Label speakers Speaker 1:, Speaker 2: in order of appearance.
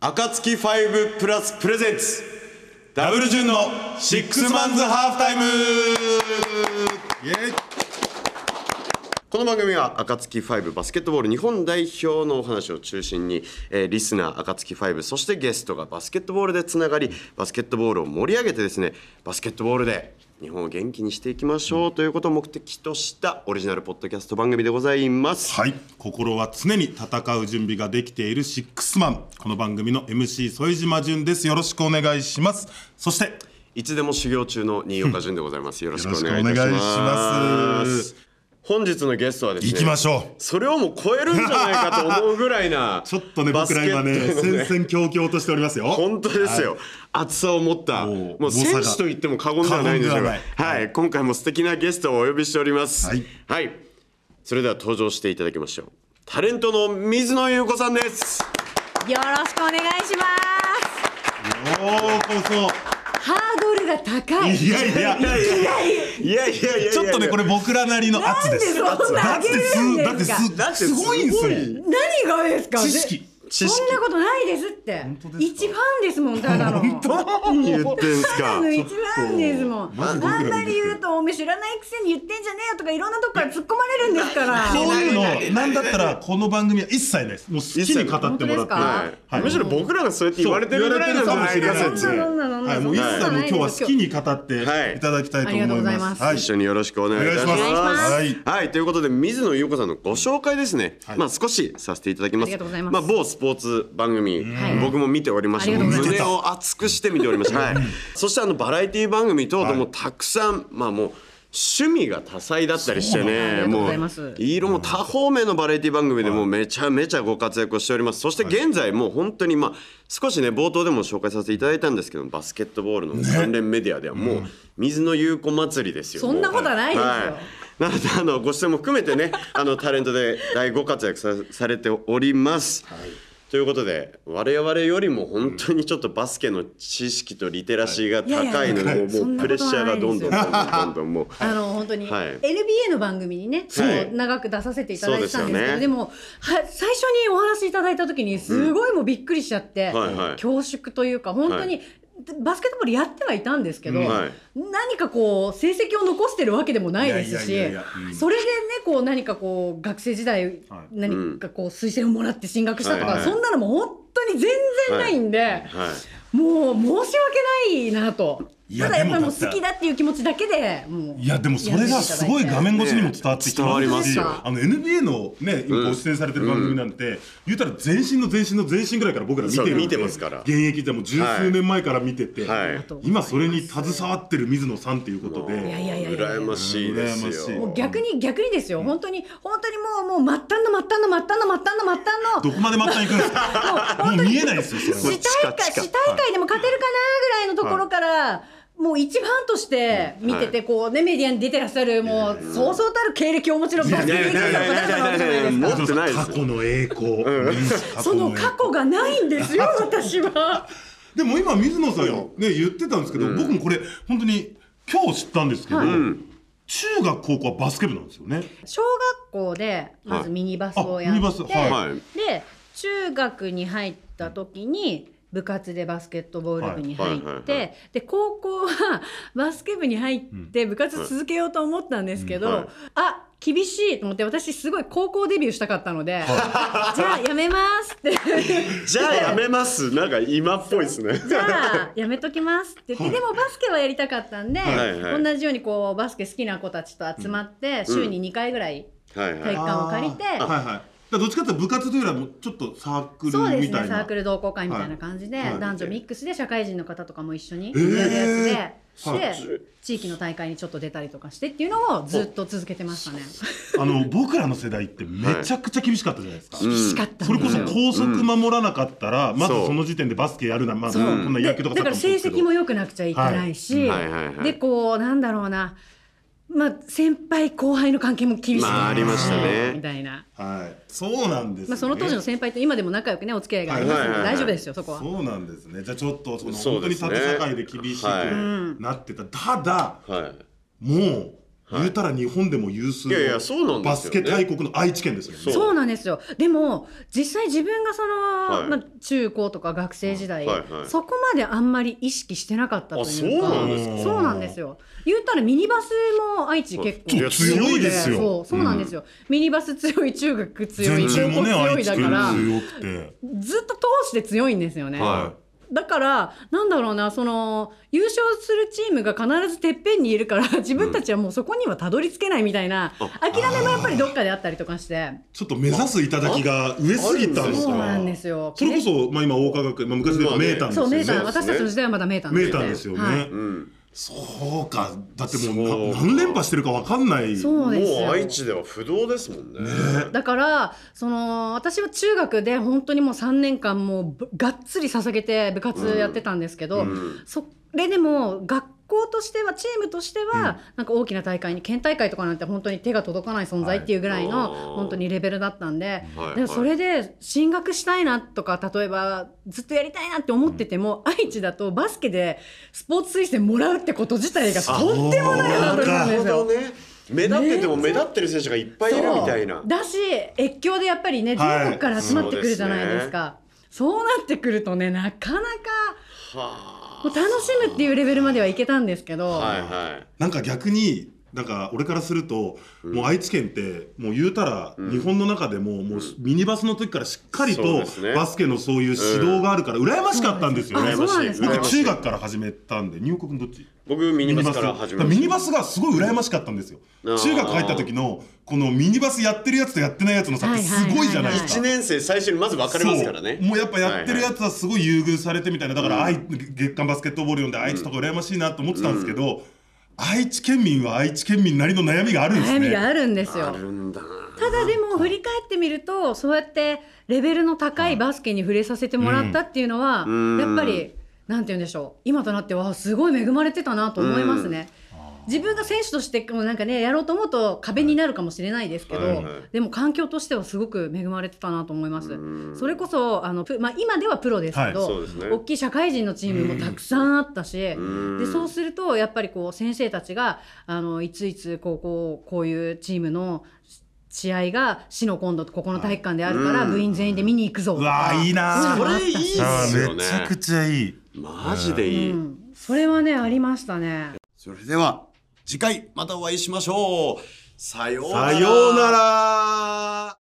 Speaker 1: あかつき5プラスプレゼンツダブルジュンのシックスマンズハーフタイムイエイこの番組は「あかつき5バスケットボール日本代表」のお話を中心に、えーリスナーあかつき5そしてゲストがバスケットボールでつながりバスケットボールを盛り上げてですねバスケットボールで日本を元気にしていきましょうということを目的としたオリジナルポッドキャスト番組でございます。
Speaker 2: はい心は常に戦う準備ができているシックスマンこの番組の MC 副島淳ですよろしくお願いしますそして
Speaker 1: いつでも修行中の新岡潤でございます。よろしくお願いい
Speaker 2: よ
Speaker 1: た
Speaker 2: ろし
Speaker 1: し
Speaker 2: くお願いしま
Speaker 1: ま
Speaker 2: すす。
Speaker 1: 本日のゲストはですね。
Speaker 2: 行きましょ
Speaker 1: それをもう超えるんじゃないかと思うぐらいな
Speaker 2: う ちょっとね
Speaker 1: バス
Speaker 2: 僕
Speaker 1: ケ
Speaker 2: ら今ね
Speaker 1: ットの
Speaker 2: 戦々恐々としておりますよ
Speaker 1: 本当ですよ、厚さを持った
Speaker 2: もう
Speaker 1: もう
Speaker 2: 重さ
Speaker 1: 選
Speaker 2: が
Speaker 1: 手と言っても過言ではないんでしょうが
Speaker 2: 過言では
Speaker 1: はい、今回も素敵なゲストをお呼びしておりますは
Speaker 2: はいい、
Speaker 1: それでは登場していただきましょうタレントの水野優子さんです
Speaker 3: よろしくお願いしま
Speaker 2: ようこ
Speaker 3: す。ハードルが高い。
Speaker 2: そいやいや
Speaker 1: いやいやいやいや
Speaker 2: ちょっとねこれ僕らなりの圧です
Speaker 3: なんでそんな
Speaker 2: だ
Speaker 3: 上
Speaker 2: って
Speaker 3: げるんですか
Speaker 2: だってす
Speaker 1: だってす
Speaker 2: す
Speaker 1: ご
Speaker 2: ご
Speaker 1: い
Speaker 2: いんですよ
Speaker 3: 何がですか。
Speaker 2: 知識
Speaker 1: 知
Speaker 3: そ
Speaker 1: 識
Speaker 3: んなことないですって。
Speaker 2: 当ですか
Speaker 3: 一ファンですもんただの。本当。
Speaker 1: 何言ってんすか
Speaker 3: の一ファンですもん。
Speaker 2: ちょっと
Speaker 3: あ
Speaker 2: マジ
Speaker 3: ん
Speaker 2: 僕ら
Speaker 3: ま
Speaker 2: に
Speaker 3: り言うとおめえ知らないくせに言ってんじゃねえよとかいろんなとこから突っ込まれるんですから。
Speaker 2: こういうのなんだったらこの番組は一切ないですもう好きに語ってもら
Speaker 3: 一切ない本当で
Speaker 2: っ
Speaker 3: す
Speaker 2: て
Speaker 3: か
Speaker 1: はい
Speaker 2: はい
Speaker 1: むしろ僕らがそうやって言われてるぐらいなんじゃないか
Speaker 2: そう言われてるか
Speaker 1: って
Speaker 2: もしれない
Speaker 3: そんなそんな
Speaker 2: はい、もう一
Speaker 3: そんな
Speaker 2: 切もう今日は好きに語って
Speaker 1: はい
Speaker 2: いただきたいと思い
Speaker 3: ありがとうござい
Speaker 2: ま
Speaker 3: ます
Speaker 2: す。はい
Speaker 1: 一緒によろしくお願いいたします
Speaker 2: お願いし
Speaker 3: ます
Speaker 2: はい
Speaker 1: はいということで水野優子さんのご紹介ですね、
Speaker 2: はい
Speaker 1: まあ少しさせていただきます
Speaker 3: ありがとうございます
Speaker 1: まあ、某スポーツ番組、
Speaker 3: はい
Speaker 1: 僕も見ておりました
Speaker 3: ありがとうございます
Speaker 1: 胸を熱くして見ておりました、はい、そしてあのバラエティ番組等々もたくさん、まあもう趣味が多彩だったりしてね
Speaker 3: そうなんだありがとう
Speaker 1: も
Speaker 3: ございうます
Speaker 1: 色も多方面のバラエティ番組でもうめちゃめちゃご活躍をしておりますそして現在もう本当にまあ少しね冒頭でも紹介させていただいたんですけどバスケットボールの関連メディアではもう水の優子祭りですよ
Speaker 3: そんなことはないですよ
Speaker 1: なのであのご出演も含め てねあのタレントで大ご活躍さされております。ということで我々よりも本当にちょっとバスケの知識とリテラシーが高いので、
Speaker 2: はい
Speaker 1: もう
Speaker 3: いやいや
Speaker 1: もうプレッシャーがどんどんどんどんどんどんもう。
Speaker 3: あの本当に、
Speaker 1: はい
Speaker 3: NBA の番組にね、
Speaker 1: はい
Speaker 3: もう長く出させていただいてたん
Speaker 1: そうで
Speaker 3: ですけ
Speaker 1: す
Speaker 3: ど
Speaker 1: よね
Speaker 3: でもは最初にお話しいただいた時にすごいもうびっくりしちゃって、
Speaker 1: はいはい
Speaker 3: 恐縮というか本当に、バスケットボールやってはいたんですけど、
Speaker 2: うん
Speaker 1: はい
Speaker 3: 何かこう成績を残してるわけでもないですし
Speaker 2: いやいやいやいやうん
Speaker 3: それでねこう何かこう学生時代、
Speaker 2: はい
Speaker 3: 何かこう推薦をもらって進学したと
Speaker 1: は
Speaker 3: か、
Speaker 1: いはい
Speaker 3: そんなのも本当に全然ないんで、
Speaker 1: はい
Speaker 3: もう申し訳ないなと。
Speaker 2: いや
Speaker 3: ただやっぱり
Speaker 2: で
Speaker 3: も
Speaker 2: も
Speaker 3: う好きだっていう気持ちだけで、もう。
Speaker 2: いやでもそれがすごい画面越しにも伝わってきて
Speaker 1: ね伝わります
Speaker 3: よ
Speaker 2: あの NBA のね今ご出演されてる番組なんて、言うたら全身の全身の全身ぐらいから僕ら見てるん
Speaker 1: そ
Speaker 2: で
Speaker 1: う見てますから
Speaker 2: 現役でもう十数年前から見てて、
Speaker 1: はいはい
Speaker 2: 今それに携わってる水野さんっていうことで、
Speaker 1: もう
Speaker 3: やいやいやいや
Speaker 1: 羨ましいです
Speaker 2: 羨ましい
Speaker 1: よ
Speaker 3: もう逆に逆にですよ、本当に本当にもうもう末端の末端の末端の末端の末端の
Speaker 2: どこまで末端行くんですか もう見えないですよそれ
Speaker 3: 市
Speaker 2: は
Speaker 3: 大会
Speaker 1: 近々
Speaker 3: 市大会でも勝てるかなぐらいのところから、もう一ファンとして見てて、こうねメディアに出てらっしゃるもうそうそうたる経歴をお持ちのバスケ
Speaker 1: や
Speaker 3: 経
Speaker 1: いや
Speaker 3: 験
Speaker 1: い
Speaker 3: 者
Speaker 1: やいやい
Speaker 3: の方々なわけじゃない
Speaker 1: やや持ってないで
Speaker 3: ですか
Speaker 1: すよ
Speaker 2: 過去の栄光、
Speaker 3: その過去がないんですよ私は
Speaker 2: でも今水野さんよね言ってたんですけど、僕もこれ本当に今日知ったんですけど、
Speaker 3: はい
Speaker 2: 中学高校はバスケ部なんですよね。
Speaker 3: 小学校でまずミニバスを
Speaker 2: あ、
Speaker 3: や
Speaker 2: ミ
Speaker 3: っ
Speaker 2: ニ
Speaker 3: て、
Speaker 2: バスは
Speaker 1: はい
Speaker 3: で中学に入った時に部活でバスケットボール部に入って、
Speaker 1: はいはいはいはい
Speaker 3: で高校はバスケ部に入って部活続けようと思ったんですけど、
Speaker 1: はい
Speaker 3: あ厳しいと思って私すごい高校デビューしたかったので、 じゃあやめます って
Speaker 1: じゃあやめますなんか今っぽいですね
Speaker 3: じゃあやめときますって言って、でもバスケはやりたかったんで、
Speaker 1: はいはい
Speaker 3: 同じようにこうバスケ好きな子たちと集まって週に2回ぐらい
Speaker 1: はいはい
Speaker 3: 体育
Speaker 2: い。
Speaker 3: 館を借りて。
Speaker 2: あーはいはい。だからどっちかっていうと部活というよりはもうちょっとサーク
Speaker 3: そう
Speaker 2: ル
Speaker 3: です
Speaker 2: みた
Speaker 3: ね
Speaker 2: い
Speaker 3: サー
Speaker 2: な。
Speaker 3: クル同好会みたいな感じで、
Speaker 2: はいはい
Speaker 3: 男女ミックスで社会人の方とかも一緒に
Speaker 2: えー
Speaker 3: やるやつで、
Speaker 2: はい
Speaker 3: で地域の大会にちょっと出たりとかしてっていうのをずっと続けてましたね。
Speaker 2: あの僕らの世代ってめちゃくちゃ厳しかったじゃないですか。
Speaker 3: 厳しかった
Speaker 2: そ
Speaker 3: ん
Speaker 2: れ
Speaker 3: で
Speaker 2: こ
Speaker 3: す
Speaker 2: そ
Speaker 3: よ
Speaker 2: 校則守らなかったら、まず
Speaker 1: そう
Speaker 2: その時点でバスケやるな、まあ、こ
Speaker 3: そうん
Speaker 2: な
Speaker 3: で
Speaker 2: 野球とか
Speaker 3: だから成績も良くなくちゃいけないし、
Speaker 1: はいはいはいはい
Speaker 3: でこうなんだろうな、まあ、先輩後輩の関係も厳しいです
Speaker 1: まあありましたね
Speaker 3: みたいな、
Speaker 2: はい、そうなんです、ね。
Speaker 3: まあ、その当時の先輩と今でも仲良くねお付き合いがありますので大丈夫ですよそこは。
Speaker 2: そうなんですね。じゃあちょっとその
Speaker 1: そう
Speaker 2: 本当に
Speaker 1: ですね
Speaker 2: 縦社会で厳し
Speaker 1: はい
Speaker 2: くなってた。ただ
Speaker 1: はい
Speaker 2: もう言うたら日本でも有数の
Speaker 1: いやいやそうなんですよね
Speaker 2: バスケ大国の愛知県ですよね
Speaker 1: そう
Speaker 3: そうなんですよでも実際自分がその、
Speaker 1: はい
Speaker 3: まあ、中高とか学生時代、
Speaker 1: はいはい
Speaker 3: そこまであんまり意識してなかったというか
Speaker 1: あそうなん
Speaker 2: ですか
Speaker 3: そうなんですよ言ったらミニバスも愛知結構
Speaker 1: いや強
Speaker 2: いですよ
Speaker 3: そうそうなんですよ、ミニバス強い中学強い
Speaker 2: 全
Speaker 3: 高
Speaker 2: 中
Speaker 3: 校
Speaker 2: もね
Speaker 3: 強
Speaker 2: 愛
Speaker 3: い
Speaker 2: 知
Speaker 3: だか
Speaker 2: 県
Speaker 3: ら
Speaker 2: 強くて
Speaker 3: ずっと通して強いんですよね、
Speaker 1: は
Speaker 3: だからなんだろうなその優勝するチームが必ずてっぺんにいるから自分たちはもうそこにはたどり着けないみたいな、諦めもやっぱりどっかであったりとかして。
Speaker 2: ちょっと目指す頂きが上すぎたんです
Speaker 3: そうな
Speaker 2: か
Speaker 3: んですよ。
Speaker 2: それこそ、まあ、今大川学園、まあ、昔で言えば名探です
Speaker 3: そ
Speaker 2: よ
Speaker 3: う、メータ
Speaker 2: ね
Speaker 3: ー、私たちの時代はまだメーター
Speaker 2: 名探ですよね、
Speaker 3: はい
Speaker 1: うん、
Speaker 2: そうかだってもうな
Speaker 1: そう
Speaker 2: 何連覇してるかわかんない
Speaker 3: そうですよ。
Speaker 1: もう愛知では不動ですもんね
Speaker 3: だからその私は中学で本当にもう3年間もうぶがっつり捧げて部活やってたんですけ
Speaker 1: う
Speaker 3: ど、
Speaker 1: ん
Speaker 3: それでも学校としてはチームとしては、なんか大きな大会に県大会とかなんて本当に手が届かない存在っていうぐらいの、
Speaker 1: はいあー
Speaker 3: 本当にレベルだったんで、
Speaker 1: はい
Speaker 3: でもそれで進学したいなとか例えばずっとやりたいなって思ってても、愛知だとバスケでスポーツ推薦もらうってこと自体がとってもないなと思うんですよ。
Speaker 1: ね目立ってても目立ってる選手がいっぱいいるみたいな
Speaker 3: そうだし越境でやっぱりね
Speaker 2: はい
Speaker 3: 全国から集まってくるじゃないですか、そうなってくるとねなかなか
Speaker 1: は
Speaker 3: もう楽しむっていうレベルまではいけたんですけど、
Speaker 1: あはいはい
Speaker 2: なんか逆になんか俺からすると、もう愛知県ってもう言うたら日本の中でも,、もうミニバスの時からしっかり
Speaker 1: そう
Speaker 2: と
Speaker 1: ですね
Speaker 2: バスケのそういう指導があるから羨ましかったんですよね
Speaker 3: あそうなんですか
Speaker 2: 僕中学
Speaker 1: か
Speaker 2: から始めたんで入国のどっち
Speaker 1: 僕ミニバスから始めま
Speaker 2: ミニ
Speaker 1: し
Speaker 2: バスがすごい羨ましかったんですよ
Speaker 1: うん
Speaker 2: 中学入った時のこのミニバスやってるやつとやってないやつの差ってすごいじゃないです
Speaker 1: た
Speaker 2: か、
Speaker 1: 1年生最初にまず分かれますからね
Speaker 2: そうもうやっぱやってるやつはすごい優遇されてみたいなだから、愛月刊バスケットボール読んで愛知とか羨ましいなと思ってたんですけど、愛知県民は愛知県民なりの悩みがあるんですね
Speaker 3: 悩みがあるんですよ
Speaker 1: あ。るんだな
Speaker 3: ただでも振り返ってみるとそうやってレベルの高いバスケに触れさせてもらったっていうのは、
Speaker 1: うん
Speaker 3: やっぱりなんて言うんでしょう今となってはすごい恵まれてたなと思いますね。自分が選手としてもうなんかねやろうと思うと壁になるかもしれないですけど、
Speaker 1: はいはい
Speaker 3: でも環境としてはすごく恵まれてたなと思います。それこそあの、プまあ、今ではプロですけど、
Speaker 1: はいそうですね
Speaker 3: 大きい社会人のチームもたくさんあったし、
Speaker 1: ん
Speaker 3: でそうするとやっぱりこう先生たちがあのいついつこうこうこういうチームの試合が市の今度ここの体育館であるから部員全員で見に行くぞと
Speaker 2: う
Speaker 3: か
Speaker 2: わーいいな
Speaker 1: そ
Speaker 2: ー
Speaker 1: れいいです
Speaker 2: あー
Speaker 1: よね
Speaker 2: めちゃくちゃいい
Speaker 1: マジでいい、
Speaker 3: うんそれはねありましたね。
Speaker 1: それでは次回またお会いしましょうさようなら
Speaker 2: さようなら